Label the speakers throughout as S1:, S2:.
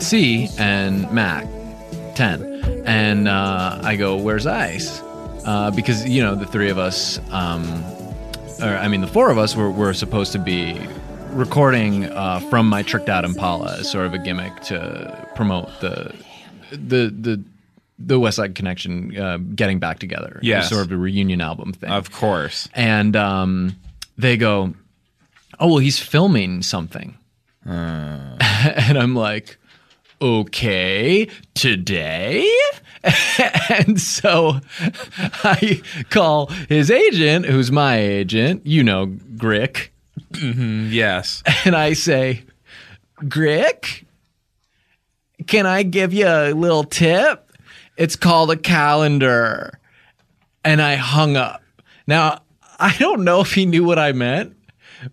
S1: C, and Mac, 10. And uh, I go, Where's Ice? Uh, because, you know, the three of us, um, or I mean, the four of us were, were supposed to be recording uh, from my tricked out Impala as sort of a gimmick to promote the, the, the, the West Side Connection uh, getting back together.
S2: Yes.
S1: Sort of a reunion album thing
S2: Of course.
S1: and um, they go, "Oh well, he's filming something," and I'm like, "Okay, today." and so I call his agent, who's my agent, you know, Grick,
S2: Yes.
S1: and I say, "Grick, can I give you a little tip? It's called a calendar." And I hung up. Now, I don't know if he knew what I meant,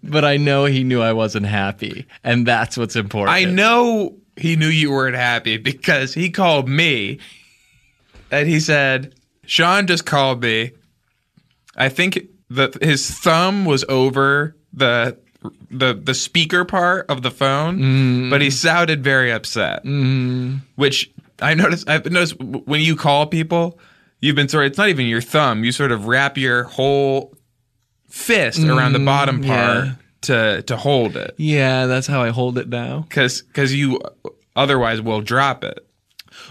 S1: but I know he knew I wasn't happy, and that's what's important.
S2: I know he knew you weren't happy because he called me and he said, Sean just called me. I think that his thumb was over the the the speaker part of the phone, but he sounded very upset. Mm. Which I noticed. I've noticed w- when you call people, you've been sort. of- It's not even your thumb. You sort of wrap your whole fist around the bottom part
S1: yeah.
S2: to to hold it.
S1: Yeah, that's how I hold it now.
S2: because because you otherwise will drop it.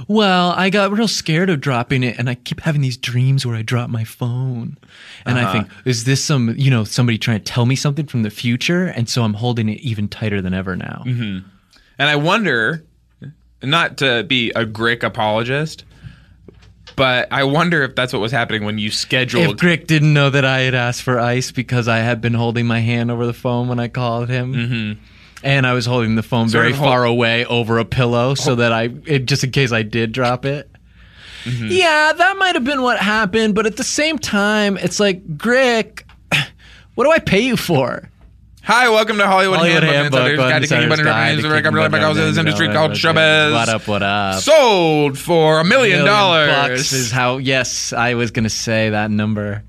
S1: Well, I got real scared of dropping it, and I keep having these dreams where I drop my phone, and I think, is this some you know somebody trying to tell me something from the future? And so I'm holding it even tighter than ever now.
S2: And I wonder, not to be a Grick apologist, but I wonder if that's what was happening when you
S1: If
S2: scheduled.
S1: Grick didn't know that I had asked for ice because I had been holding my hand over the phone when I called him. And I was holding the phone
S2: Mm-hmm. Sort
S1: very
S2: of Oh. hold-
S1: far away over a pillow so that I, it, just in case I did drop it.
S2: Mm-hmm.
S1: Yeah, that might have been what happened. But at the same time, it's like, Grick, what do I pay you for?
S2: Hi, welcome to Hollywood,
S1: Hollywood
S2: Handbook,
S1: Handbook,
S2: Insider's Guide to Kicking
S1: Insider's
S2: Button
S1: Guide to
S2: Revenues, the record
S1: Kicking
S2: of
S1: Button
S2: this industry
S1: Revenues.
S2: called Showbiz.
S1: uh, What up, what up?
S2: Sold for a million
S1: Million bucks is
S2: dollars.
S1: how, yes, I was going to say that number.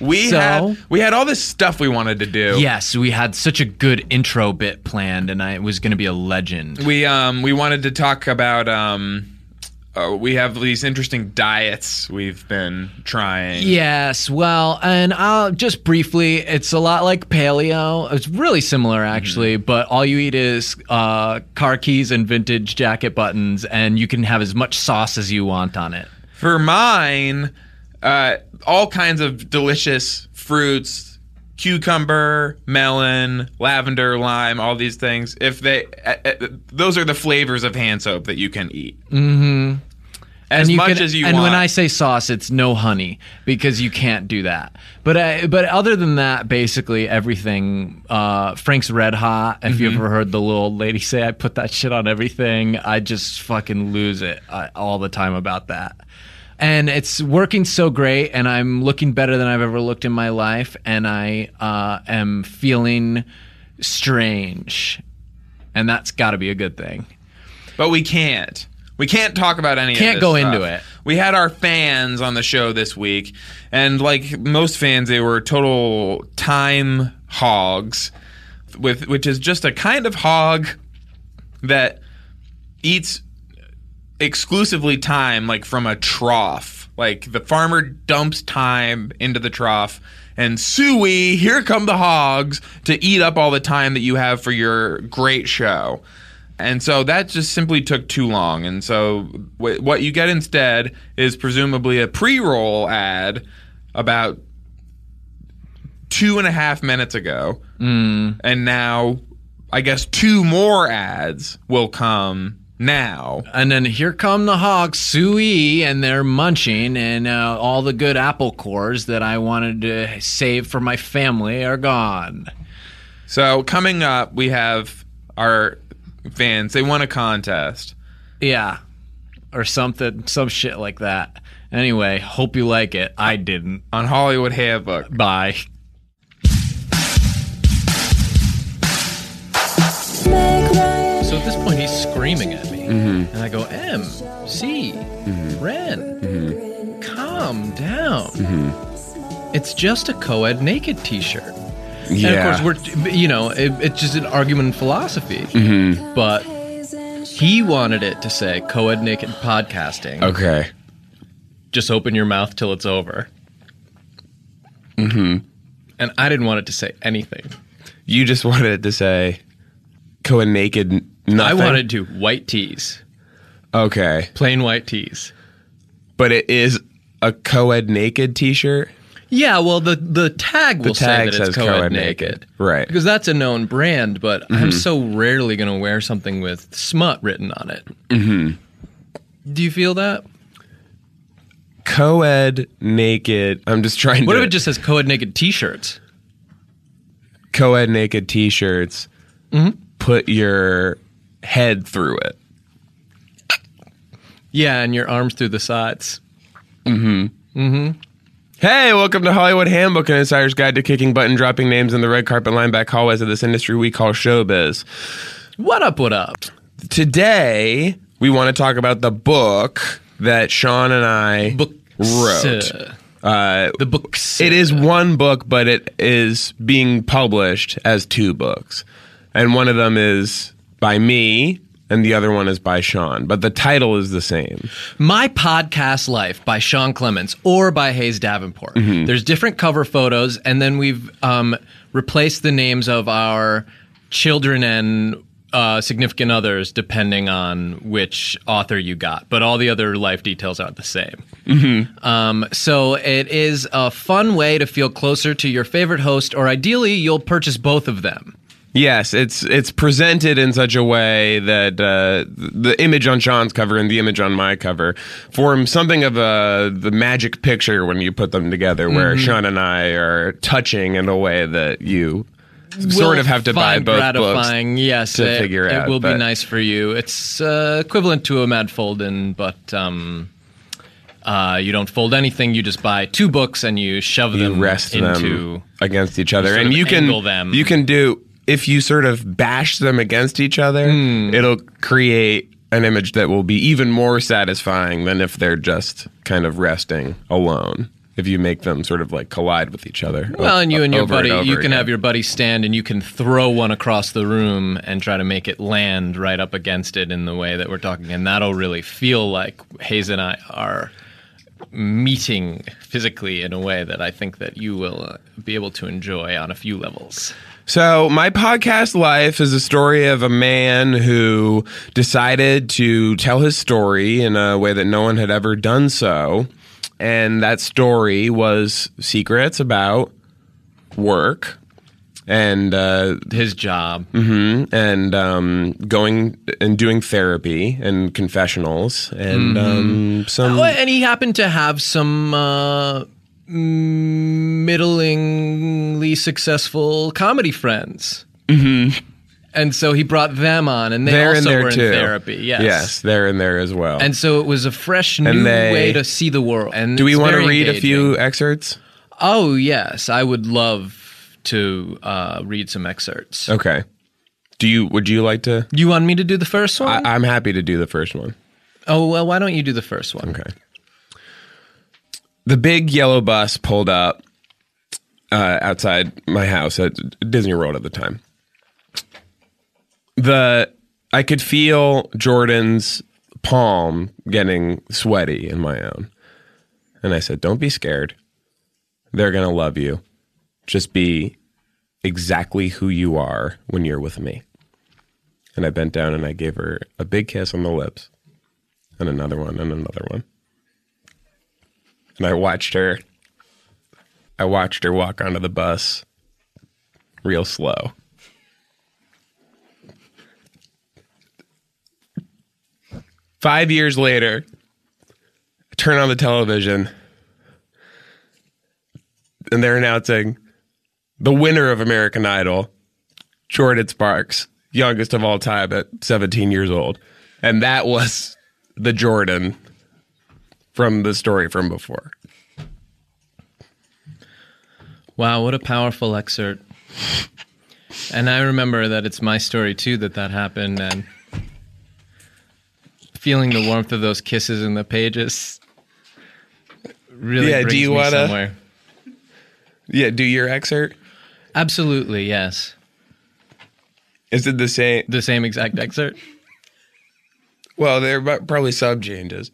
S2: We
S1: So-
S2: had we had all this stuff we wanted to do.
S1: Yes, we had such a good intro bit planned, and I it was going to be a legend.
S2: We um we wanted to talk about um uh, we have these interesting diets we've been trying.
S1: Yes, well, and I'll just briefly, it's a lot like paleo. It's really similar, actually, but all you eat is uh, car keys and vintage jacket buttons, and you can have as much sauce as you want on it.
S2: For mine, uh, all kinds of delicious fruits, cucumber, melon, lavender, lime, all these things. If they, uh, uh, those are the flavors of hand soap that you can eat. Mm-hmm. As
S1: and you
S2: much
S1: can-
S2: as you
S1: and
S2: want.
S1: when I say sauce, it's no honey because you can't do that. But I, but other than that, basically everything. Uh, Frank's Red Hot. If
S2: Mm-hmm.
S1: you ever heard the little old lady say, "I put that shit on everything," I just fucking lose it uh, all the time about that. And it's working so great, and I'm looking better than I've ever looked in my life, and I uh, am feeling strange, and that's got to be a good thing.
S2: but we can't. We can't talk about any.
S1: Can't
S2: of this
S1: go
S2: stuff.
S1: into it.
S2: We had our fans on the show this week, and like most fans, they were total time hogs, with which is just a kind of hog that eats exclusively time, like from a trough. Like the farmer dumps time into the trough. And suey, here come the hogs to eat up all the time that you have for your great show. And so that just simply took too long. And so w- what you get instead is presumably a pre roll ad about two and a half minutes ago. And now, I guess, two more ads will come now.
S1: And then here come the hogs, suey, and they're munching, and uh, all the good apple cores that I wanted to save for my family are gone.
S2: So coming up, we have our fans. They won a contest,
S1: Yeah. Or something, some shit like that. Anyway, hope you like it. I didn't.
S2: on Hollywood Havoc.
S1: Bye. So at this point, he's screaming at me. And I go, M, C, Ren, calm down. It's just a co ed naked t shirt.
S3: Yeah.
S1: And of course, we're, you know, it, it's just an argument in philosophy. But he wanted it to say co ed naked podcasting.
S3: okay.
S1: Just open your mouth till it's over.
S3: Mm-hmm.
S1: And I didn't want it to say anything.
S3: You just wanted to say Cohen naked n- nothing.
S1: I wanted to white tees,
S3: Okay.
S1: plain white tees.
S3: But it is a co-ed naked t-shirt.
S1: Yeah, well, the the tag will
S3: tag
S1: say that
S3: says
S1: it's co-ed,
S3: co-ed
S1: naked.
S3: naked. Right. Mm-hmm.
S1: Because that's a known brand, but I'm so rarely going to wear something with smut written on it. Mm-hmm. Do you feel that?
S3: Co-ed naked. I'm just trying
S1: What
S3: to
S1: if it just says co-ed naked t-shirts?
S3: co-ed naked t-shirts.
S1: Mm-hmm.
S3: Put your head through it.
S1: Yeah, and your arms through the sides.
S3: Hey, welcome to Hollywood Handbook, an insider's guide to kicking button, dropping names in the red carpet lineback hallways of this industry we call showbiz.
S1: What up, what up?
S3: Today, we want to talk about the book that Sean and I
S1: Book
S3: wrote.
S1: sir.
S3: Uh,
S1: The books.
S3: it is one book, but it is being published as two books. And one of them is by me, and the other one is by Sean. But the title is the same.
S1: My Podcast Life by Sean Clements or by Hayes Davenport. There's different cover photos, and then we've um, replaced the names of our children and uh, significant others depending on which author you got. But all the other life details are the same. Um, so it is a fun way to feel closer to your favorite host, or ideally, you'll purchase both of them.
S3: Yes, it's it's presented in such a way that uh, the image on Sean's cover and the image on my cover form something of a the magic picture when you put them together, where
S1: Mm-hmm.
S3: Sean and I are touching in a way that you sort
S1: will
S3: of have to buy
S1: find
S3: both books.
S1: gratifying, yes,
S3: to
S1: it,
S3: figure
S1: it
S3: out,
S1: will
S3: but-
S1: be nice for you. It's uh, equivalent to a Mad Foldin, but um, uh, you don't fold anything. You just buy two books and you shove
S3: You
S1: them
S3: rest
S1: into.
S3: them against each other,
S1: sort
S3: and
S1: of
S3: you can
S1: angle them.
S3: you can do if you sort of bash them against each other,
S1: Hmm.
S3: it'll create an image that will be even more satisfying than if they're just kind of resting alone. If you make them sort of like collide with each other. o-
S1: Well, and you and your
S3: over
S1: buddy,
S3: over
S1: you can
S3: again.
S1: have your buddy stand and you can throw one across the room and try to make it land right up against it in the way that we're talking, and that'll really feel like Hayes and I are meeting physically in a way that I think that you will uh, be able to enjoy on a few levels.
S3: So, my podcast life is a story of a man who decided to tell his story in a way that no one had ever done so. And that story was secrets about work and uh,
S1: his job.
S3: and um, going and doing therapy and confessionals and um, some
S1: Oh, and he happened to have some uh, middlingly successful comedy friends. Mm-hmm. And so he brought them on, and they
S3: they're
S1: also
S3: in there
S1: were
S3: too.
S1: in therapy. Yes.
S3: yes, they're in there as well.
S1: And so it was a fresh new
S3: And they-
S1: way to see the world. And
S3: do we
S1: it's
S3: want to
S1: very
S3: read a
S1: engaging.
S3: few excerpts?
S1: Oh yes, I would love to uh, read some excerpts.
S3: Okay. Do you? Would you like to?
S1: You want me to do the first one?
S3: I, I'm happy to do the first one.
S1: oh well, why don't you do the first one?
S3: Okay. The big yellow bus pulled up uh, outside my house at Disney World at the time. The I could feel Jordan's palm getting sweaty in my own. And I said, "Don't be scared. They're going to love you. Just be exactly who you are when you're with me." And I bent down and I gave her a big kiss on the lips and another one and another one. And I watched her. I watched her walk onto the bus real slow. Five years later, I turn on the television and they're announcing the winner of American Idol, Jordan Sparks, youngest of all time at 17 years old And that was the Jordan from the story from before.
S1: Wow, what a powerful excerpt. And I remember that it's my story too that that happened and feeling the warmth of those kisses in the pages really
S3: Yeah, do
S1: brings
S3: you
S1: me
S3: wanna-
S1: somewhere.
S3: Yeah, do your excerpt.
S1: Absolutely, yes.
S3: Is it the same?
S1: The same exact excerpt.
S3: Well, there are probably sub changes.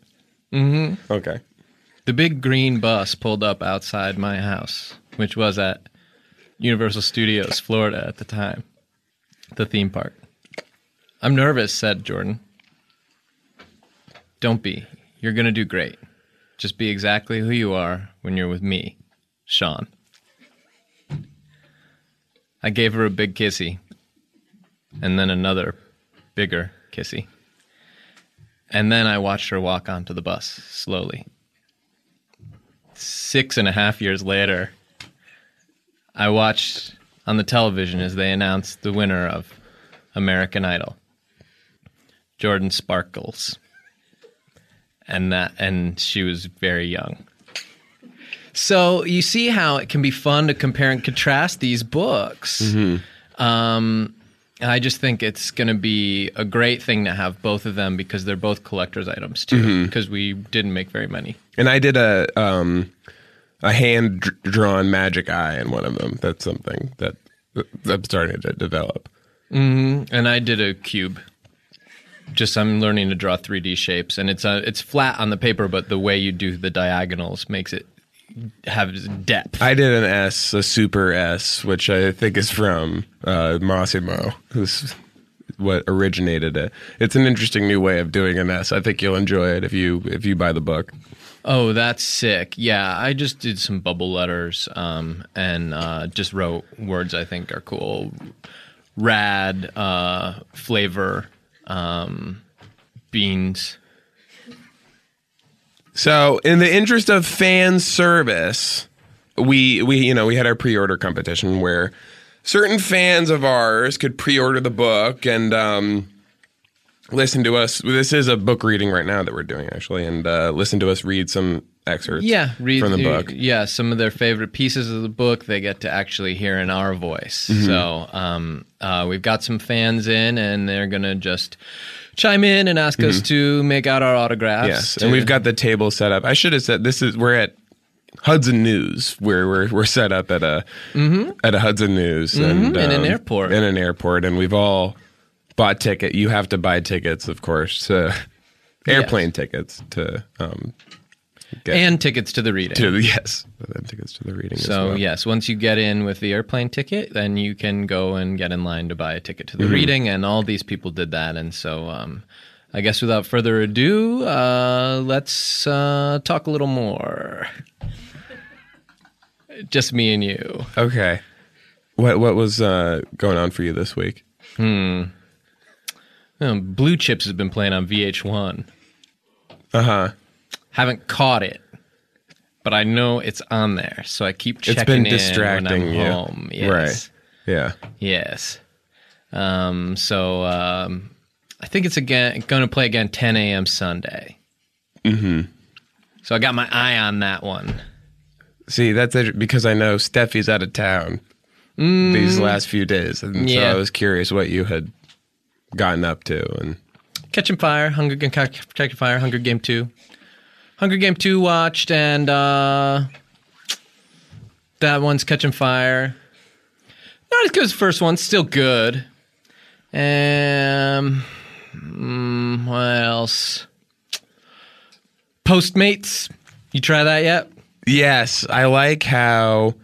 S3: Mm-hmm. Okay.
S1: The big green bus pulled up outside my house, which was at Universal Studios, Florida at the time, the theme park. I'm nervous, said Jordan. Don't be. You're going to do great. Just be exactly who you are when you're with me, Sean. I gave her a big kissy, and then another bigger kissy. And then I watched her walk onto the bus slowly six and a half years later, I watched on the television as they announced the winner of American Idol, Jordan Sparkles, and that, and she was very young. So you see how it can be fun to compare and contrast these books. Um, and I just think it's going to be a great thing to have both of them because they're both collector's items too. Because we didn't make very many.
S3: And I did a um a hand dr- drawn magic eye in one of them. That's something that that I'm starting to develop.
S1: And I did a cube. Just I'm learning to draw 3D shapes, and it's a, it's flat on the paper, but the way you do the diagonals makes it have depth.
S3: I did an S, a super S, which I think is from uh, Massimo, who's what originated it. It's an interesting new way of doing an S. I think you'll enjoy it if you if you buy the book.
S1: oh, that's sick! Yeah, I just did some bubble letters, um, and uh, just wrote words I think are cool, rad, uh, flavor, um, beans.
S3: So, in the interest of fan service, we we you know we had our pre-order competition where certain fans of ours could pre-order the book and um, listen to us. This is a book reading right now that we're doing actually, and uh, listen to us read some excerpts.
S1: Yeah, read
S3: from
S1: y-
S3: the book.
S1: Yeah, some of their favorite pieces of the book they get to actually hear in our voice.
S3: Mm-hmm.
S1: So um, uh, we've got some fans in, and they're gonna just chime in and ask us to make out our autographs.
S3: Mm-hmm. Yes,
S1: to-
S3: and we've got the table set up. I should have said this is we're at Hudson News, where we're we're set up at a at a Hudson News and
S1: Mm-hmm.
S3: um,
S1: in an airport.
S3: in an airport, and we've all bought ticket. You have to buy tickets, of course, to airplane tickets to um get
S1: and tickets to the reading.
S3: to the yes, and then tickets to the reading.
S1: so
S3: as well.
S1: yes, once you get in with the airplane ticket, then you can go and get in line to buy a ticket to the
S3: Mm-hmm.
S1: reading. And all these people did that, and so. Um, I guess without further ado, uh, let's uh, talk a little more. Just me and you.
S3: okay. What what was uh, going on for you this week?
S1: Um, Blue Chips has been playing on VH1. Uh huh.
S3: Uh-huh.
S1: Haven't caught it, but I know it's on there, so I keep checking.
S3: it's been
S1: in
S3: distracting
S1: when I'm
S3: you,
S1: Home. Yes.
S3: right? Yeah.
S1: Yes. Um, so um, I think it's again going to play again 10 a.m. Sunday. Mm-hmm. So I got my eye on that one.
S3: See, that's it, because I know Steffi's out of town these last few days, and
S1: Yeah.
S3: so I was curious what you had gotten up to. And
S1: Catching Fire, Hunger Game, Catching Fire, Hunger Game Two, Hunger Game Two watched, and uh, that one's Catching Fire. Not as good as the first one, still good. Um, mm, what else? Postmates, you try that yet?
S3: yes, I like how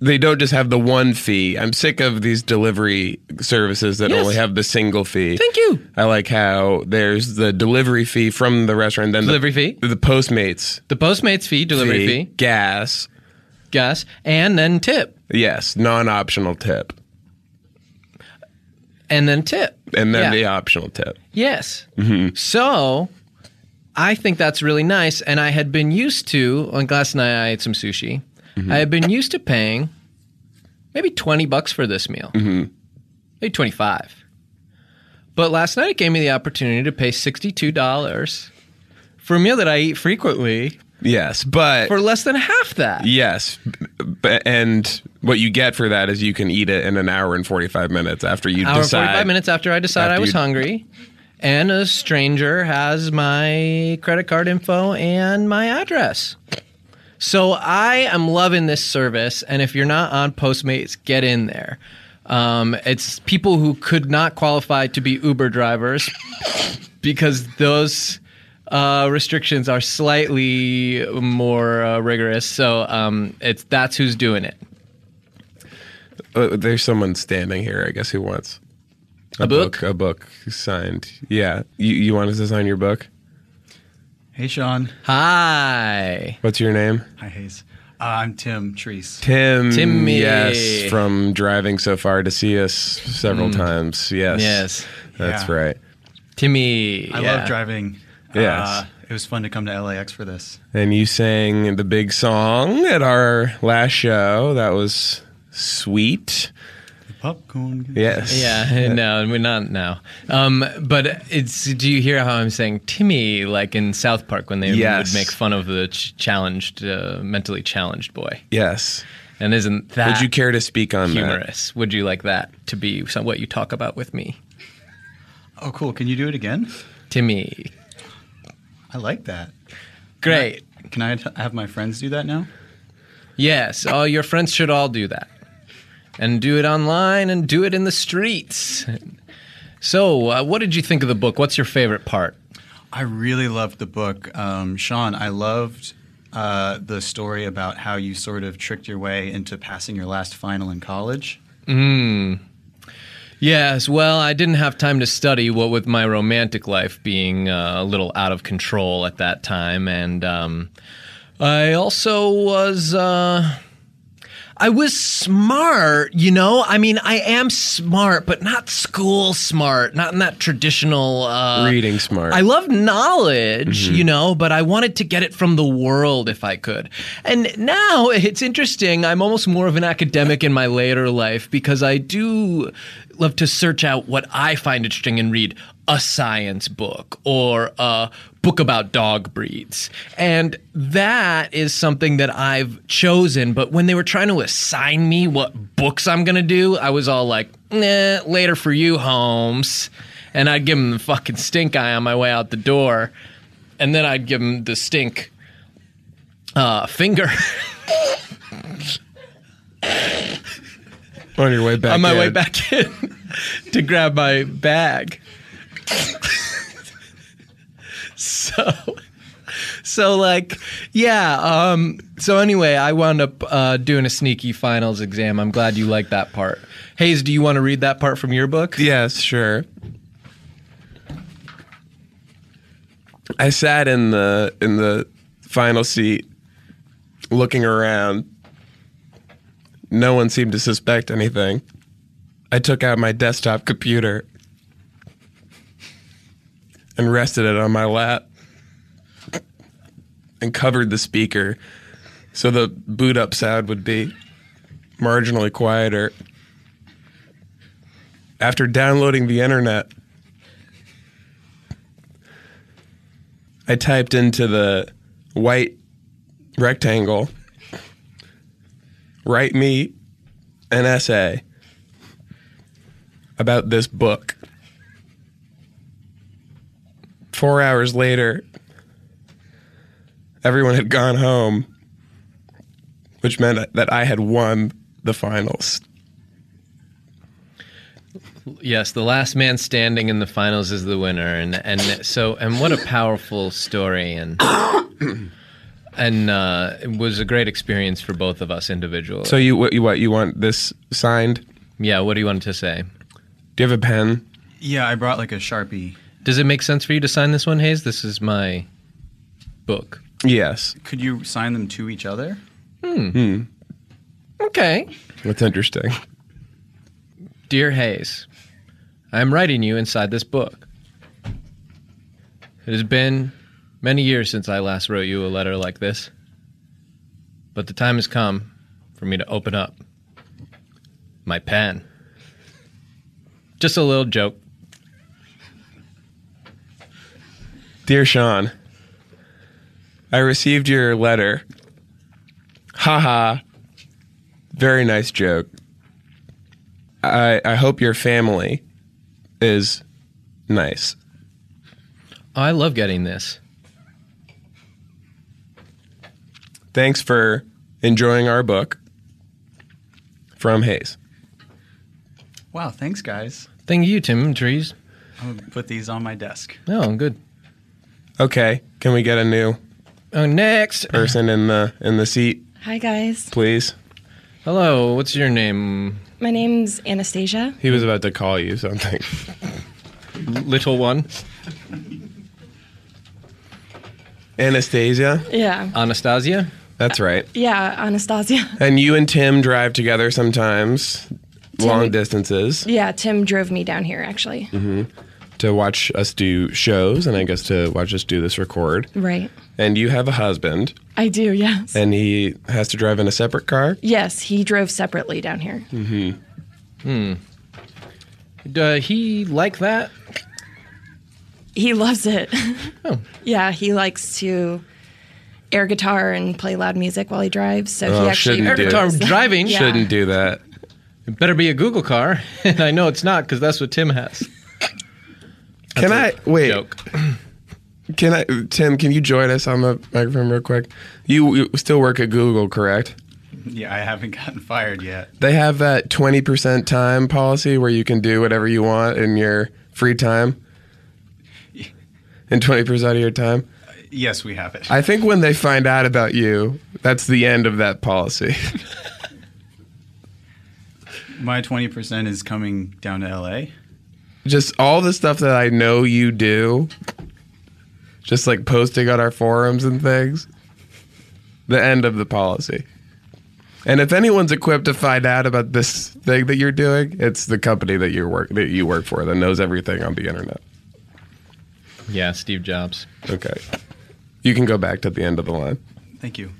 S3: they don't just have the one fee. I'm sick of these delivery services that
S1: Yes.
S3: only have the single fee.
S1: Thank you.
S3: I like how there's the delivery fee from the restaurant, then
S1: Delivery
S3: the,
S1: fee?
S3: the Postmates
S1: The Postmates fee, delivery fee,
S3: gas,
S1: gas, and then tip,
S3: yes, non-optional tip,
S1: and then tip,
S3: and then
S1: Yeah.
S3: the optional tip.
S1: Yes. So I think that's really nice. And I had been used to, on last night I ate some sushi. I had been used to paying maybe 20 bucks for this meal, maybe 25. But last night it gave me the opportunity to pay $62 for a meal that I eat frequently
S3: Yes, but
S1: for less than half that.
S3: yes, b- and what you get for that is you can eat it in an hour and forty five minutes after you
S1: hour and
S3: decide.
S1: 45 minutes after I decide
S3: After
S1: I was
S3: you-
S1: hungry. And a stranger has my credit card info and my address. So I am loving this service. And if you're not on Postmates, get in there. Um, it's people who could not qualify to be Uber drivers because those uh, restrictions are slightly more uh, rigorous. So um, it's that's who's doing it.
S3: Uh, there's someone standing here, I guess, who wants a,
S1: book?
S3: A book signed. Yeah, you you want us to sign your book?
S4: Hey, Sean.
S1: Hi.
S3: What's your name?
S4: Hi, Hayes. Uh, I'm Tim Treese.
S3: Tim.
S1: Timmy.
S3: Yes, from driving so far to see us several times. Yes.
S1: Mm. Yes.
S3: That's
S4: Yeah.
S3: right.
S1: Timmy.
S4: I
S1: yeah.
S4: love driving. Uh,
S3: Yes.
S4: it was fun to come to LAX for this.
S3: And you sang the big song at our last show. That was sweet.
S4: Popcorn.
S3: Yes.
S1: Yeah, no, we're not now. Um, but it's do you hear how I'm saying Timmy like in South Park when they
S3: Yes.
S1: would make fun of the ch- challenged, uh, mentally challenged boy?
S3: Yes.
S1: And isn't that
S3: Would you care to speak on that?
S1: humorous? Would you like that to be some, what you talk about with me,
S4: Oh, cool. Can you do it again?
S1: Timmy?
S4: I like that.
S1: Great.
S4: Can I have my friends do that now?
S1: Yes, all your friends should all do that. And do it online and do it in the streets. So, uh, what did you think of the book? What's your favorite part?
S4: I really loved the book. Um, Sean, I loved uh, the story about how you sort of tricked your way into passing your last final in college.
S1: Yes, well, I didn't have time to study, what with my romantic life being uh, a little out of control at that time. And um, I also was. Uh, I was smart, you know? I mean, I am smart, but not school smart, not in that traditional. Uh,
S3: Reading smart.
S1: I love knowledge, you know, but I wanted to get it from the world if I could. And now it's interesting. I'm almost more of an academic in my later life because I do love to search out what I find interesting and read a science book or a book about dog breeds. And that is something that I've chosen. But when they were trying to assign me what books I'm going to do, I was all like, nah, later for you, Holmes and I'd give him the fucking stink eye on my way out the door, and then I'd give him the stink uh, finger
S3: on your way back.
S1: on my way
S3: in.
S1: back in to grab my bag. so, so like, yeah. Um, so anyway, I wound up uh, doing a sneaky finals exam. I'm glad you like that part. Hayes, do you want to read that part from your book?
S3: Yes, sure. I sat in the in the final seat looking around. No one seemed to suspect anything. I took out my desktop computer and rested it on my lap and covered the speaker so the boot up sound would be marginally quieter after downloading the internet, I typed into the white rectangle, write me an essay about this book. Four hours later, everyone had gone home, which meant that I had won the finals.
S1: Yes, the last man standing in the finals is the winner, and and so and what a powerful story, and and uh, it was a great experience for both of us individually.
S3: So you what you what you want this signed?
S1: yeah, what do you want to say?
S3: Do you have a pen?
S4: Yeah, I brought like a Sharpie.
S1: Does it make sense for you to sign this one, Hayes? This is my book.
S3: Yes.
S4: Could you sign them to each other?
S1: Okay,
S3: That's interesting.
S1: dear Hayes, I am writing you inside this book. It has been many years since I last wrote you a letter like this, but the time has come for me to open up my pen. Just a little joke.
S3: Dear Sean, I received your letter. Haha. Very nice joke. I I hope your family is nice.
S1: Oh, I love getting this.
S3: Thanks for enjoying our book. From Hayes.
S4: Wow, thanks, guys.
S1: Thank you, Tim Trees.
S4: I'm going to put these on my desk.
S1: Oh, good.
S3: Okay, can we get a new
S1: Oh, next.
S3: person in the in the seat,
S5: Hi, guys.
S3: please?
S1: Hello, what's your name,
S5: My name's Anastasia.
S3: He was about to call you something.
S1: little one?
S3: Anastasia.
S5: Yeah.
S1: Anastasia?
S3: That's right.
S5: Yeah, Uh, Anastasia.
S3: And you and Tim drive together sometimes, long distances,
S5: Yeah, Tim drove me down here, actually.
S3: to watch us do shows and I guess to watch us do this record.
S5: Right.
S3: And you have a husband,
S5: I do, yes.
S3: and he has to drive in a separate car.
S5: yes, he drove separately down here.
S1: Does Uh, he like that?
S5: He loves it.
S3: Oh.
S5: Yeah, he likes to air guitar and play loud music while he drives. So
S3: Oh,
S5: he actually
S3: shouldn't do
S5: prefers
S1: Car
S3: it.
S5: that.
S1: driving?
S5: Yeah.
S3: Shouldn't do that.
S1: It better be a Google car. and I know it's not because that's what Tim has.
S3: Can I wait?
S1: Joke.
S3: Can I, Tim? Can you join us on the microphone real quick? You, you still work at Google, correct?
S4: Yeah, I haven't gotten fired yet.
S3: They have that twenty percent time policy where you can do whatever you want in your free time, and twenty percent of your time.
S4: Yes, we have it.
S3: I think when they find out about you, that's the end of that policy.
S4: My 20% is coming down to LA.
S3: just all the stuff that I know you do, just like posting on our forums and things, the end of the policy. And if anyone's equipped to find out about this thing that you're doing, it's the company that you work that you work for that knows everything on the internet.
S1: Yeah, Steve Jobs.
S3: Okay. You can go back to the end of the line.
S4: Thank you.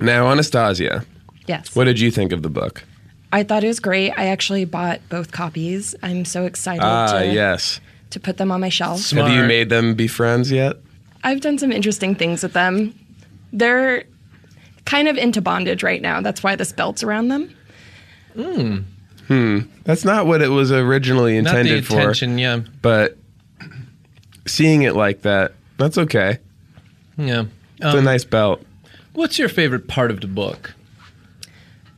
S3: Now, Anastasia,
S5: Yes.
S3: what did you think of the book?
S5: I thought it was great. I actually bought both copies. I'm so excited
S3: Ah,
S5: to,
S3: yes.
S5: to put them on my shelf.
S3: Have you made them be friends yet?
S5: I've done some interesting things with them. They're kind of into bondage right now. That's why this belt's around them.
S3: That's not what it was originally
S1: Not
S3: intended
S1: the
S3: for.
S1: attention, yeah.
S3: but seeing it like that, that's okay. It's
S1: Yeah.
S3: a
S1: Um,
S3: nice belt.
S1: what's your favorite part of the book?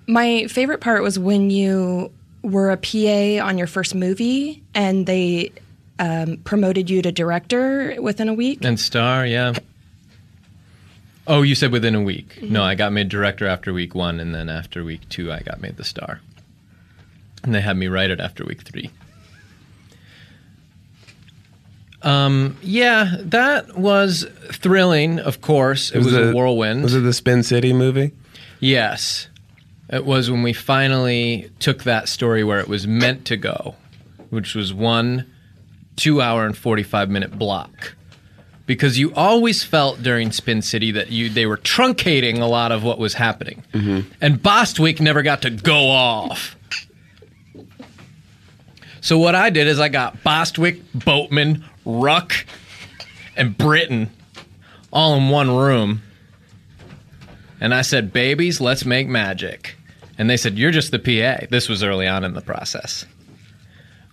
S5: My favorite part was when you were a PA on your first movie and they um, promoted you to director within a week.
S1: And Star, yeah. Oh, you said within a week. No, I got made director after week one, and then after week two, I got made the star. And they had me write it after week three. Um, yeah, that was thrilling, of course. It was, a, whirlwind.
S3: Was it the Spin City movie?
S1: Yes. It was when we finally took that story where it was meant to go, which was one two hour and 45 minute block. Because you always felt during Spin City that you they were truncating a lot of what was happening. And Bostwick never got to go off. So what I did is I got Bostwick, Boatman, Ruck, and Britain all in one room. And I said, Babies, let's make magic. And they said, You're just the PA. This was early on in the process.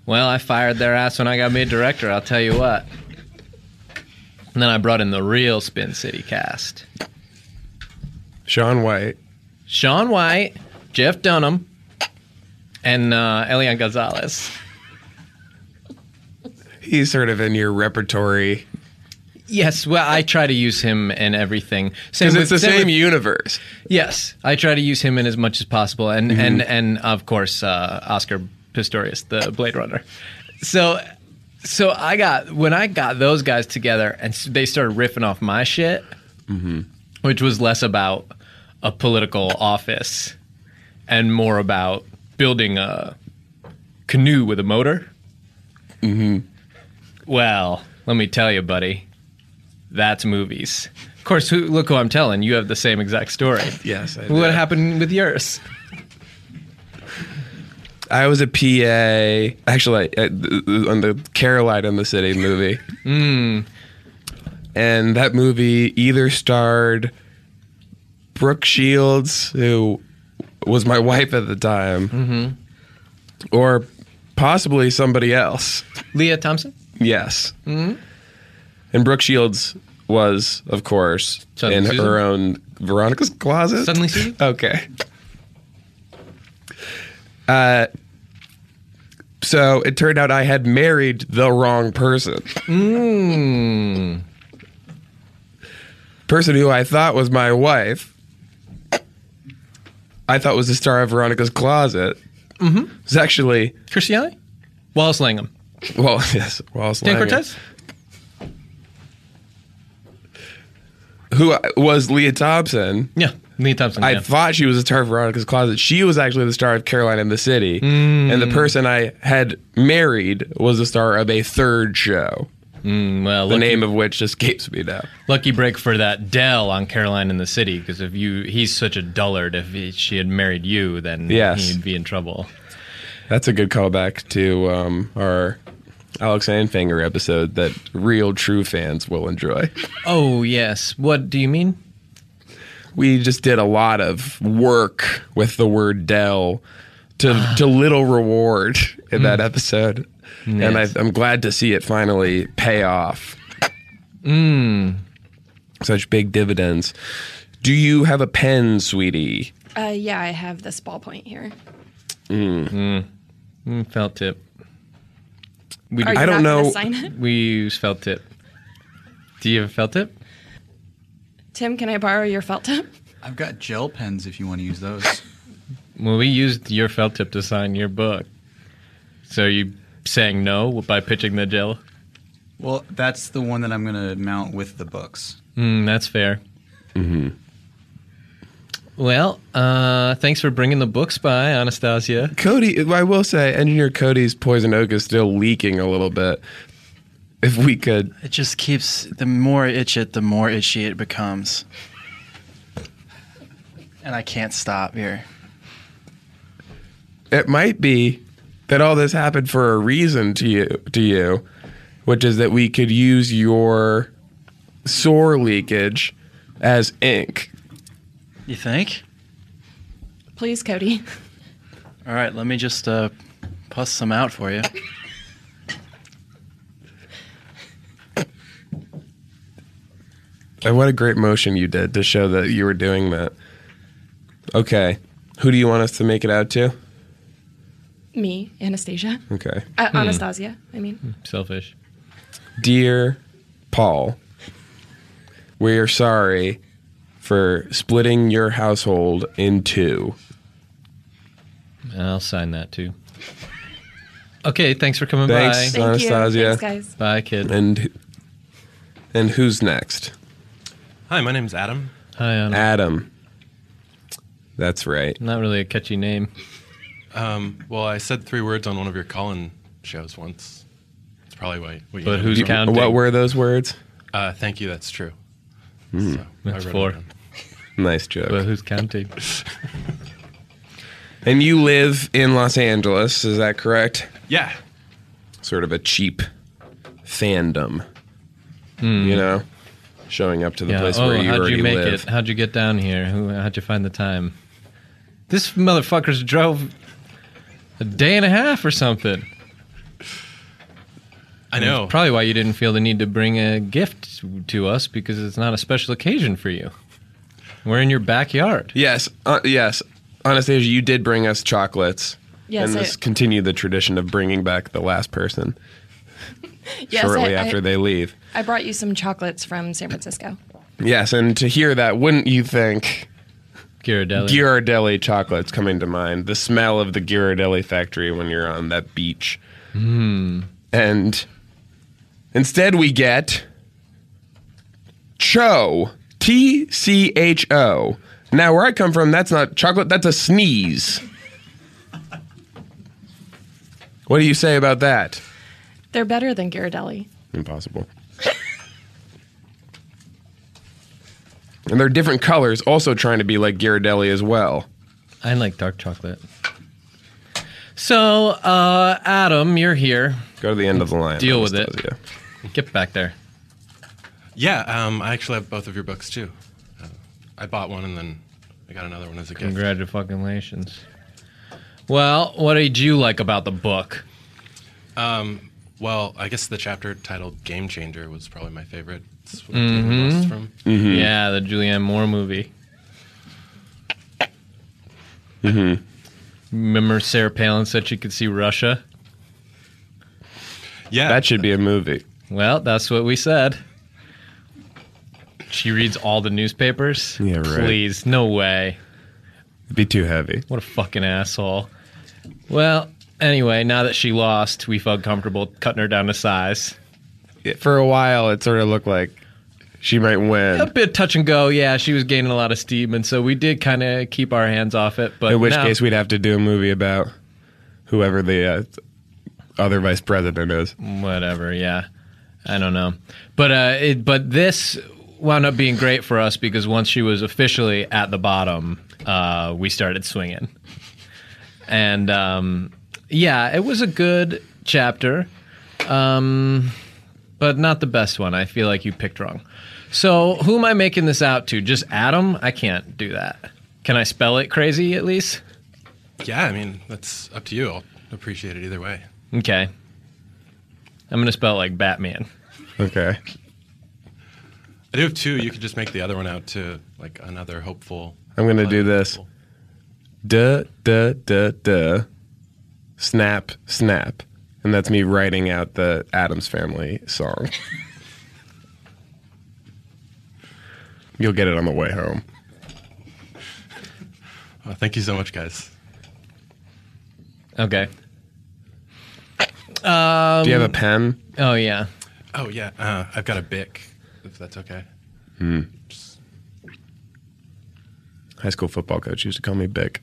S1: Well, I fired their ass when I got made director, I'll tell you what. And then I brought in the real Spin City cast
S3: Sean White.
S1: Sean White, Jeff Dunham, and uh, Elian Gonzalez.
S3: He's sort of in your repertory
S1: Yes, well, I try to use him in everything. Same
S3: because
S1: with-
S3: it's the
S1: with-
S3: same universe.
S1: Yes, I try to use him in as much as possible, and and and of course uh, Oscar Pistorius, the Blade Runner. So, so I got when I got those guys together, and s- they started riffing off my shit, which was less about a political office and more about building a canoe with a motor. Mm-hmm. Well, let me tell you, buddy, that's movies. Of course, who, look who I'm telling. You have the same exact story.
S3: Yes. I
S1: What happened with yours?
S2: I was a PA. Actually, I- I- on the Caroline in the City movie. And that movie either starred Brooke Shields, who was my wife at the time, or possibly somebody else.
S1: Leah Thompson?
S2: Yes. And Brooke Shields was, of course,
S1: Suddenly
S2: in
S1: Susan?
S2: her own Veronica's closet.
S1: Suddenly Susan?
S2: Okay. Uh, so it turned out I had married the wrong person.
S1: Hmm.
S2: Person who I thought was my wife, I thought was the star of Veronica's Closet. Mm-hmm. It's actually,
S1: Christiane? Wallace Langham?
S2: well, yes, Wallace
S1: Dan
S2: Langham.
S1: Cortez?
S2: who was Leah Thompson.
S1: Yeah. Leah Thompson.
S2: I
S1: yeah.
S2: thought she was the star of Veronica's Closet. She was actually the star of Caroline in the City.
S1: Mm.
S2: And the person I had married was the star of a third show,
S1: well,
S2: the
S1: Mm, uh, lucky,
S2: name of which escapes me now.
S1: lucky break for that Dell on Caroline in the City because if you, he's such a dullard. If he, she had married you, then
S2: Yes.
S1: he'd be in trouble.
S2: That's a good callback to um, our Alex Anfinger episode that real true fans will enjoy.
S1: Oh yes. What do you mean?
S2: We just did a lot of work with the word Dell to, to little reward in
S1: Mm.
S2: that episode. And I, I'm glad to see it finally pay off. Such big dividends. Do you have a pen, sweetie?
S5: Uh, yeah, I have this ballpoint here.
S1: Mm, Felt tip.
S5: Are you
S2: I don't
S5: not gonna
S2: know.
S5: Sign it?
S1: We use felt tip. Do you have a felt tip?
S5: Tim, can I borrow your felt tip?
S4: I've got gel pens if you want to use those.
S1: Well, we used your felt tip to sign your book. So you saying no by pitching the gel?
S4: well, that's the one that I'm going to mount with the books.
S1: Mm, that's fair. Mm-hmm. Well, uh, thanks for bringing the books by, Anastasia.
S2: Cody, I will say, engineer Cody's poison oak is still leaking a little bit. If we could,
S6: It just keeps the more I itch it, the more itchy it becomes. And I can't stop here.
S2: it might be that all this happened for a reason to you, to you, which is that we could use your sore leakage as ink.
S6: You think?
S5: Please, Cody.
S6: All right, let me just uh, puss some out for you.
S2: And what a great motion you did to show that you were doing that. Okay, who do you want us to make it out to?
S5: Me, Anastasia.
S2: Okay,
S5: Uh, Anastasia, I mean.
S1: Selfish.
S2: dear Paul, we are sorry for splitting your household in two.
S1: I'll sign that too. Okay, thanks for coming
S2: Thanks.
S1: by.
S5: Thank
S2: Anastasia.
S5: you. Thanks, guys.
S1: Bye, kid.
S2: And and who's next?
S3: Hi, my name's Adam.
S1: Hi,
S2: Ah.
S1: Anna.
S2: Adam. That's right.
S1: Not really a catchy name.
S3: Well, I said three words on one of your call-in shows once. That's probably why. What you
S1: But
S3: know.
S1: who's counting?
S2: What were those words?
S3: Uh, thank you. That's true. So, I
S1: That's
S3: wrote it
S1: four.
S3: down.
S2: Nice joke.
S1: But who's counting?
S2: and you live in Los Angeles, is that correct?
S3: Yeah.
S2: Sort of a cheap fandom. You know? Showing up to the place
S1: Hmm. oh,
S2: where you
S1: how'd
S2: already
S1: you make
S2: live.
S1: it? How'd you get down here? Who, how'd you find the time? This motherfucker's drove a day and a half or something.
S3: I know.
S1: Probably why you didn't feel the need to bring a gift to us because it's not a special occasion for you. We're in your backyard.
S2: Yes, uh, yes. Anastasia, you did bring us chocolates.
S5: Yes,
S2: and
S5: I-
S2: this continue the tradition of bringing back the last person
S5: Yes,
S2: shortly
S5: I,
S2: after
S5: I,
S2: they leave.
S5: I brought you some chocolates from San Francisco.
S2: Yes, and to hear that, wouldn't you think
S1: Ghirardelli.
S2: Ghirardelli chocolates coming to mind? The smell of the Ghirardelli factory when you're on that beach. And instead, we get Cho T C H O. Now, where I come from, that's not chocolate. That's a sneeze. what do you say about that?
S5: They're better than Ghirardelli.
S2: Impossible. and they're different colors, also trying to be like Ghirardelli as well.
S1: I like dark chocolate. So, uh, Adam, you're here.
S3: Go to the end of the line.
S1: Deal with it. Get back there.
S7: Yeah, um, I actually have both of your books too. Uh, I bought one and then I got another one as a gift.
S1: Congratulations. Well, what did you like about the book?
S7: Um, well, I guess the chapter titled "Game Changer" was probably my favorite. It's what I took the most
S1: Mhm.
S7: from.
S3: Mhm.
S1: Yeah, the Julianne Moore movie.
S3: Mm-hmm.
S1: Remember Sarah Palin said she could see Russia?
S7: Yeah.
S3: That should be a movie.
S1: Well, that's what we said. She reads all the newspapers?
S3: Yeah, right.
S1: Please, no way.
S3: It'd be too heavy.
S1: What a fucking asshole. Well, anyway, now that she lost, we felt comfortable cutting her down to size.
S3: It- for a while, it sort of looked like she might win.
S1: A bit touch and go, yeah. She was gaining a lot of steam, and so we did kind of keep our hands off it. But
S3: In which
S1: now-
S3: case, we'd have to do a movie about whoever the uh, other vice president is.
S1: whatever yeah i don't know but uh it, but this wound up being great for us because once she was officially at the bottom uh we started swinging and um yeah it was a good chapter um but not the best one i feel like you picked wrong so who am i making this out to just adam i can't do that can i spell it crazy at least
S7: Yeah, I mean that's up to you. I'll appreciate it either way.
S1: okay i'm gonna spell it like batman
S3: Okay.
S7: I do have two. You could just make the other one out to like another hopeful.
S3: I'm going to do this. Duh, duh, duh, duh. Snap, snap. And that's me writing out the Adams Family song. You'll get it on the way home.
S7: Oh, thank you so much, guys.
S1: Okay. Um,
S3: Do you have a pen?
S1: Oh yeah.
S7: Oh yeah, uh, I've got a bic. If that's okay.
S3: Hmm. High school football coach used to call me Bick.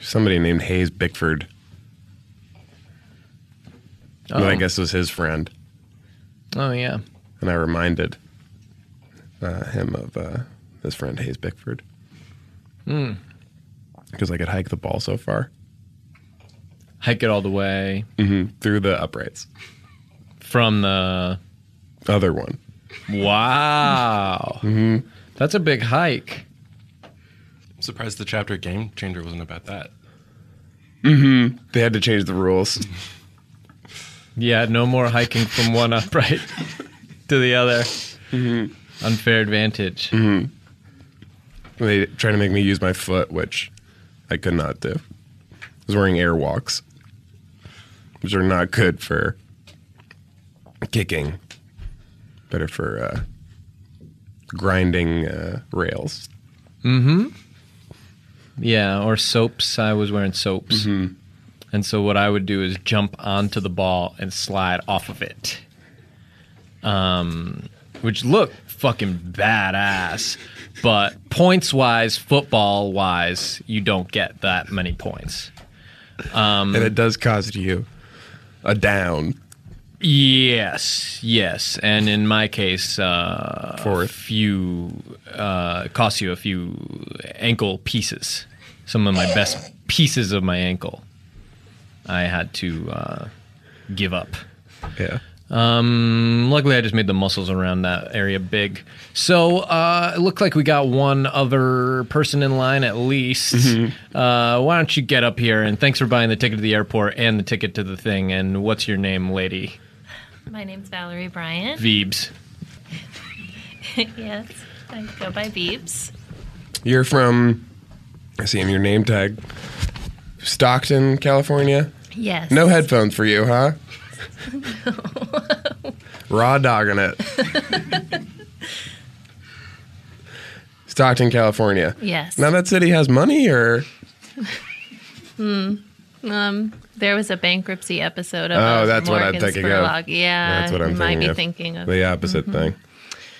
S3: Somebody named Hayes Bickford. That I
S1: Oh.
S3: guess was his friend.
S1: Oh yeah.
S3: And I reminded uh, him of uh, his friend Hayes Bickford
S1: Hmm.
S3: because I could hike the ball so far
S1: Hike it all the way
S3: hmm through the uprights.
S1: from the.
S3: Other one.
S1: Wow.
S3: hmm
S1: That's a big hike.
S7: I'm surprised the chapter Game Changer wasn't about that.
S3: hmm They had to change the rules.
S1: Yeah. No more hiking from one upright to the other. Unfair advantage.
S3: hmm They tried to make me use my foot, which I could not do. I was wearing airwalks, which are not good for kicking, better for uh, grinding uh, rails.
S1: Mm-hmm. Yeah, or soaps. I was wearing soaps. And so what I would do is jump onto the ball and slide off of it. Um which looked fucking badass. But points wise, football wise, you don't get that many points. Um
S3: and it does cost you a down.
S1: Yes, yes, and in my case, uh, a few uh, cost you a few ankle pieces. Some of my best pieces of my ankle, I had to uh, give up.
S3: Yeah.
S1: Um, luckily, I just made the muscles around that area big. So uh, it looked like we got one other person in line at least. Uh, why don't you get up here? And thanks for buying the ticket to the airport and the ticket to the thing. And what's your name, lady?
S8: My name's Valerie Bryant.
S1: Veebs.
S8: yes, I go by Beebs.
S3: You're from, I see in your name tag, Stockton, California.
S8: Yes.
S3: No headphones for you, huh? Raw dogging it. Stockton, California.
S8: Yes.
S3: Now that city has money, or
S8: Hmm. Um, there was a bankruptcy episode of
S3: oh,
S8: uh,
S3: that's what I'm
S8: Morgan
S3: thinking
S8: Spurlock.
S3: of.
S8: Yeah,
S3: that's what I'm
S8: you might
S3: thinking
S8: be
S3: of.
S8: thinking of.
S3: the opposite
S8: Mm-hmm.
S3: thing.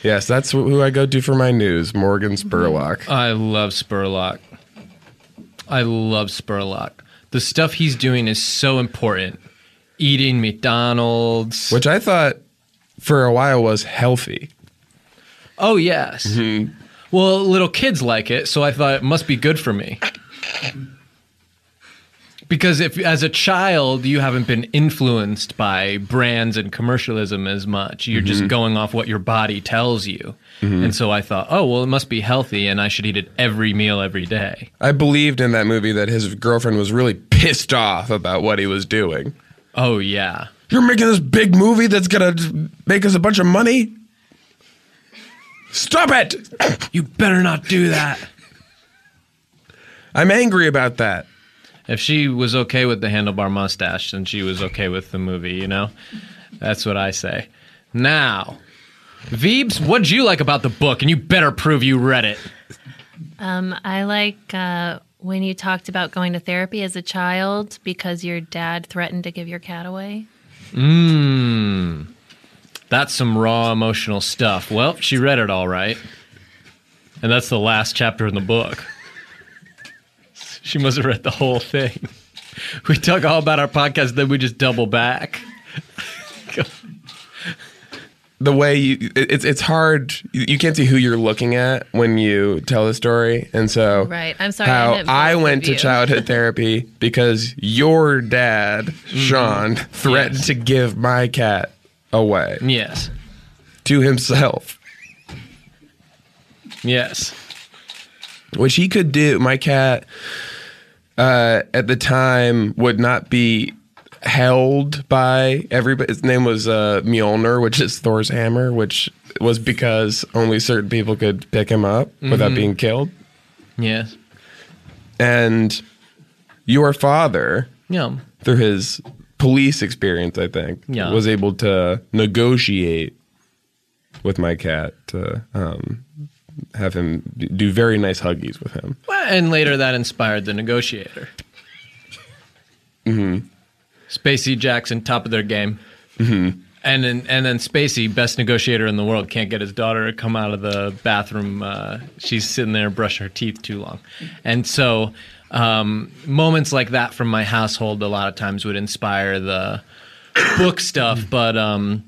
S3: Yes, that's wh- who I go to for my news, Morgan Spurlock.
S8: Mm-hmm.
S1: I love Spurlock. I love Spurlock. The stuff he's doing is so important. Eating McDonald's.
S3: which I thought for a while was healthy.
S1: Oh, yes. Well, little kids like it, so I thought it must be good for me. Because if as a child you haven't been influenced by brands and commercialism as much, you're just
S9: Mhm.
S1: going off what your body tells you.
S3: Mhm.
S1: And so I thought, oh well, it must be healthy, and I should eat it every meal every day.
S3: I believed in that movie that his girlfriend was really pissed off about what he was doing.
S1: Oh yeah.
S3: You're making this big movie that's gonna make us a bunch of money? Stop it!
S1: You better not do that.
S3: I'm angry about that.
S1: If she was okay with the handlebar mustache, then she was okay with the movie. You know, that's what I say. Now, Veebs, what'd you like about the book? And you better prove you read it.
S8: Um, I like uh, when you talked about going to therapy as a child because your dad threatened to give your cat away.
S1: Mmm. That's some raw emotional stuff. Well, she read it all right. And that's the last chapter in the book. She must have read the whole thing. We talk all about our podcast, then we just double back.
S3: The way you, it- it's it's hard. You you can't see who you're looking at when you tell the story, and so
S8: Right. I'm sorry, I
S3: How
S8: meant both
S3: I,
S8: of
S3: went to
S8: you.
S3: childhood therapy because your dad, Sean, threatened to give my cat away.
S1: Yes,
S3: to himself,
S1: Yes.
S3: which he could do. My cat uh, at the time would not be held by everybody. His name was uh, Mjolnir, which is Thor's hammer, which was because only certain people could pick him up without
S1: Mhm.
S3: being killed.
S1: Yes.
S3: And your father,
S1: Yeah.
S3: through his police experience, I think,
S1: Yeah.
S3: was able to negotiate with my cat to um, have him do very nice huggies with him.
S1: Well, And later that inspired The Negotiator.
S3: hmm
S1: Spacey Jackson, top of their game.
S3: hmm
S1: And then, and then Spacey, best negotiator in the world, can't get his daughter to come out of the bathroom. Uh, she's sitting there brushing her teeth too long. And so, um, moments like that from my household a lot of times would inspire the book stuff. But um,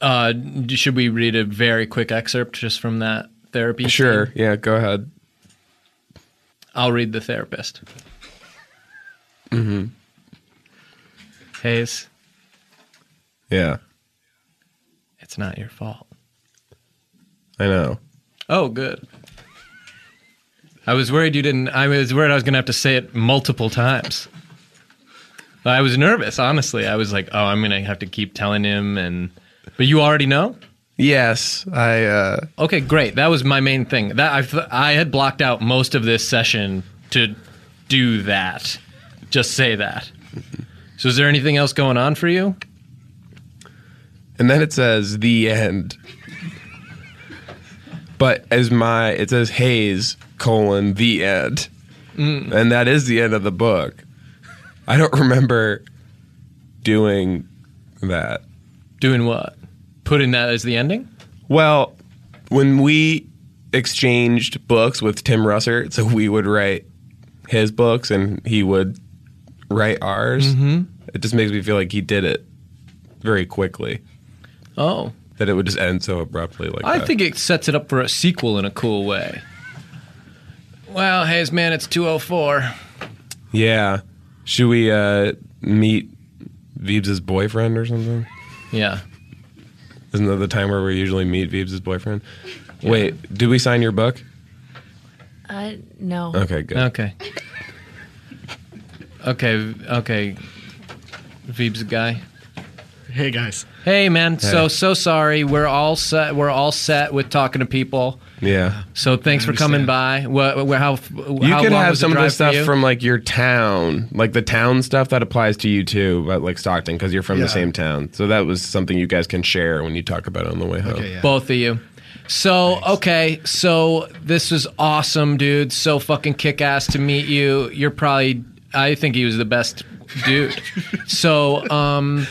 S1: uh, should we read a very quick excerpt just from that therapy?
S3: Sure. Yeah, go ahead.
S1: I'll read the therapist.
S3: hmm
S1: Hayes,
S3: Yeah,
S1: it's not your fault.
S3: I know.
S1: Oh, good. I was worried you didn't. I was worried I was going to have to say it multiple times. I was nervous, honestly. I was like, oh, I'm going to have to keep telling him. And but you already know.
S3: Yes, I. Uh...
S1: Okay, great. That was my main thing. That I th- I had blocked out most of this session to do that. Just say that. So, is there anything else going on for you?
S3: And then it says the end. But as my it says Hayes colon the end,
S1: Mm.
S3: and that is the end of the book. I don't remember doing that.
S1: Doing what? Putting that as the ending?
S3: Well, when we exchanged books with Tim Russert, so we would write his books and he would write ours.
S1: Mhm.
S3: It just makes me feel like he did it very quickly.
S1: Oh,
S3: that it would just end so abruptly like
S1: I
S3: that.
S1: think it sets it up for a sequel in a cool way. Well, Hayes, man, it's 204.
S3: Yeah. Should we uh, meet Veebs' boyfriend or something?
S1: Yeah.
S3: Isn't that the time where we usually meet Veebs' boyfriend? Wait, did we sign your book?
S8: Uh, no.
S3: Okay, good.
S1: Okay. Okay, okay. Veeb's guy.
S10: Hey guys.
S1: Hey, man. So
S10: Hey.
S1: so sorry. We're all set. We're all set with talking to people.
S3: Yeah.
S1: So thanks for coming by. What, what, how
S3: You
S1: how
S3: could
S1: long
S3: have
S1: was the
S3: some of the
S1: drive for
S3: stuff
S1: you?
S3: from like your town, like the town stuff that applies to you too, but like Stockton, because you're from
S1: Yeah.
S3: the same town. So that was something you guys can share when you talk about it on the way home.
S1: both of you. So okay, so this was awesome, dude. So fucking kick ass to meet you. You're probably I think he was the best dude. so um,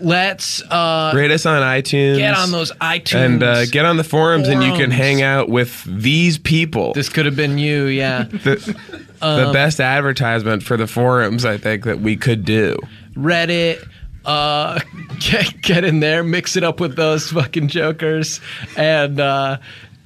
S1: let's uh,
S3: Rate us on iTunes.
S1: Get on those iTunes
S3: And uh, get on the forums, and you can
S1: forums.
S3: hang out with these people.
S1: This could have been you, yeah.
S3: the, the
S1: Um,
S3: best advertisement for the forums, I think, that we could do.
S1: Reddit. Uh, get, get in there, mix it up with those fucking jokers, and uh,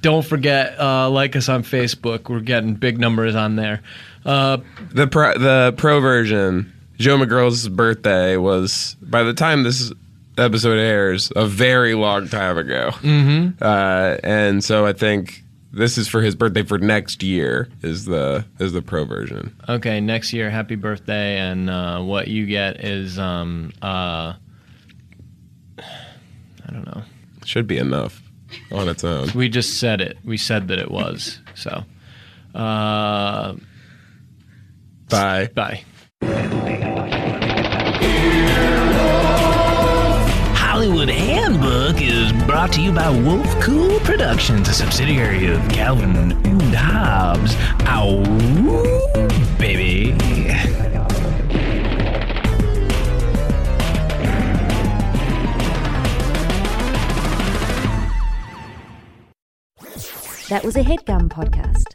S1: don't forget uh, like us on Facebook. We're getting big numbers on there.
S9: Uh,
S3: the pro, the pro version. Joe McGirl's birthday was by the time this episode airs a very long time ago.
S9: Mhm.
S3: Uh, and so I think this is for his birthday for next year. Is the is the pro version?
S1: Okay, next year, happy birthday, and uh, what you get is um uh I don't know.
S3: Should be enough on its own.
S1: We just said it. We said that it was. So, uh,
S3: bye.
S1: Bye.
S11: Hollywood Handbook is brought to you by Wolf Cool Productions, a subsidiary of Calvin and Hobbes. Ow, baby.
S12: That was a headgum podcast.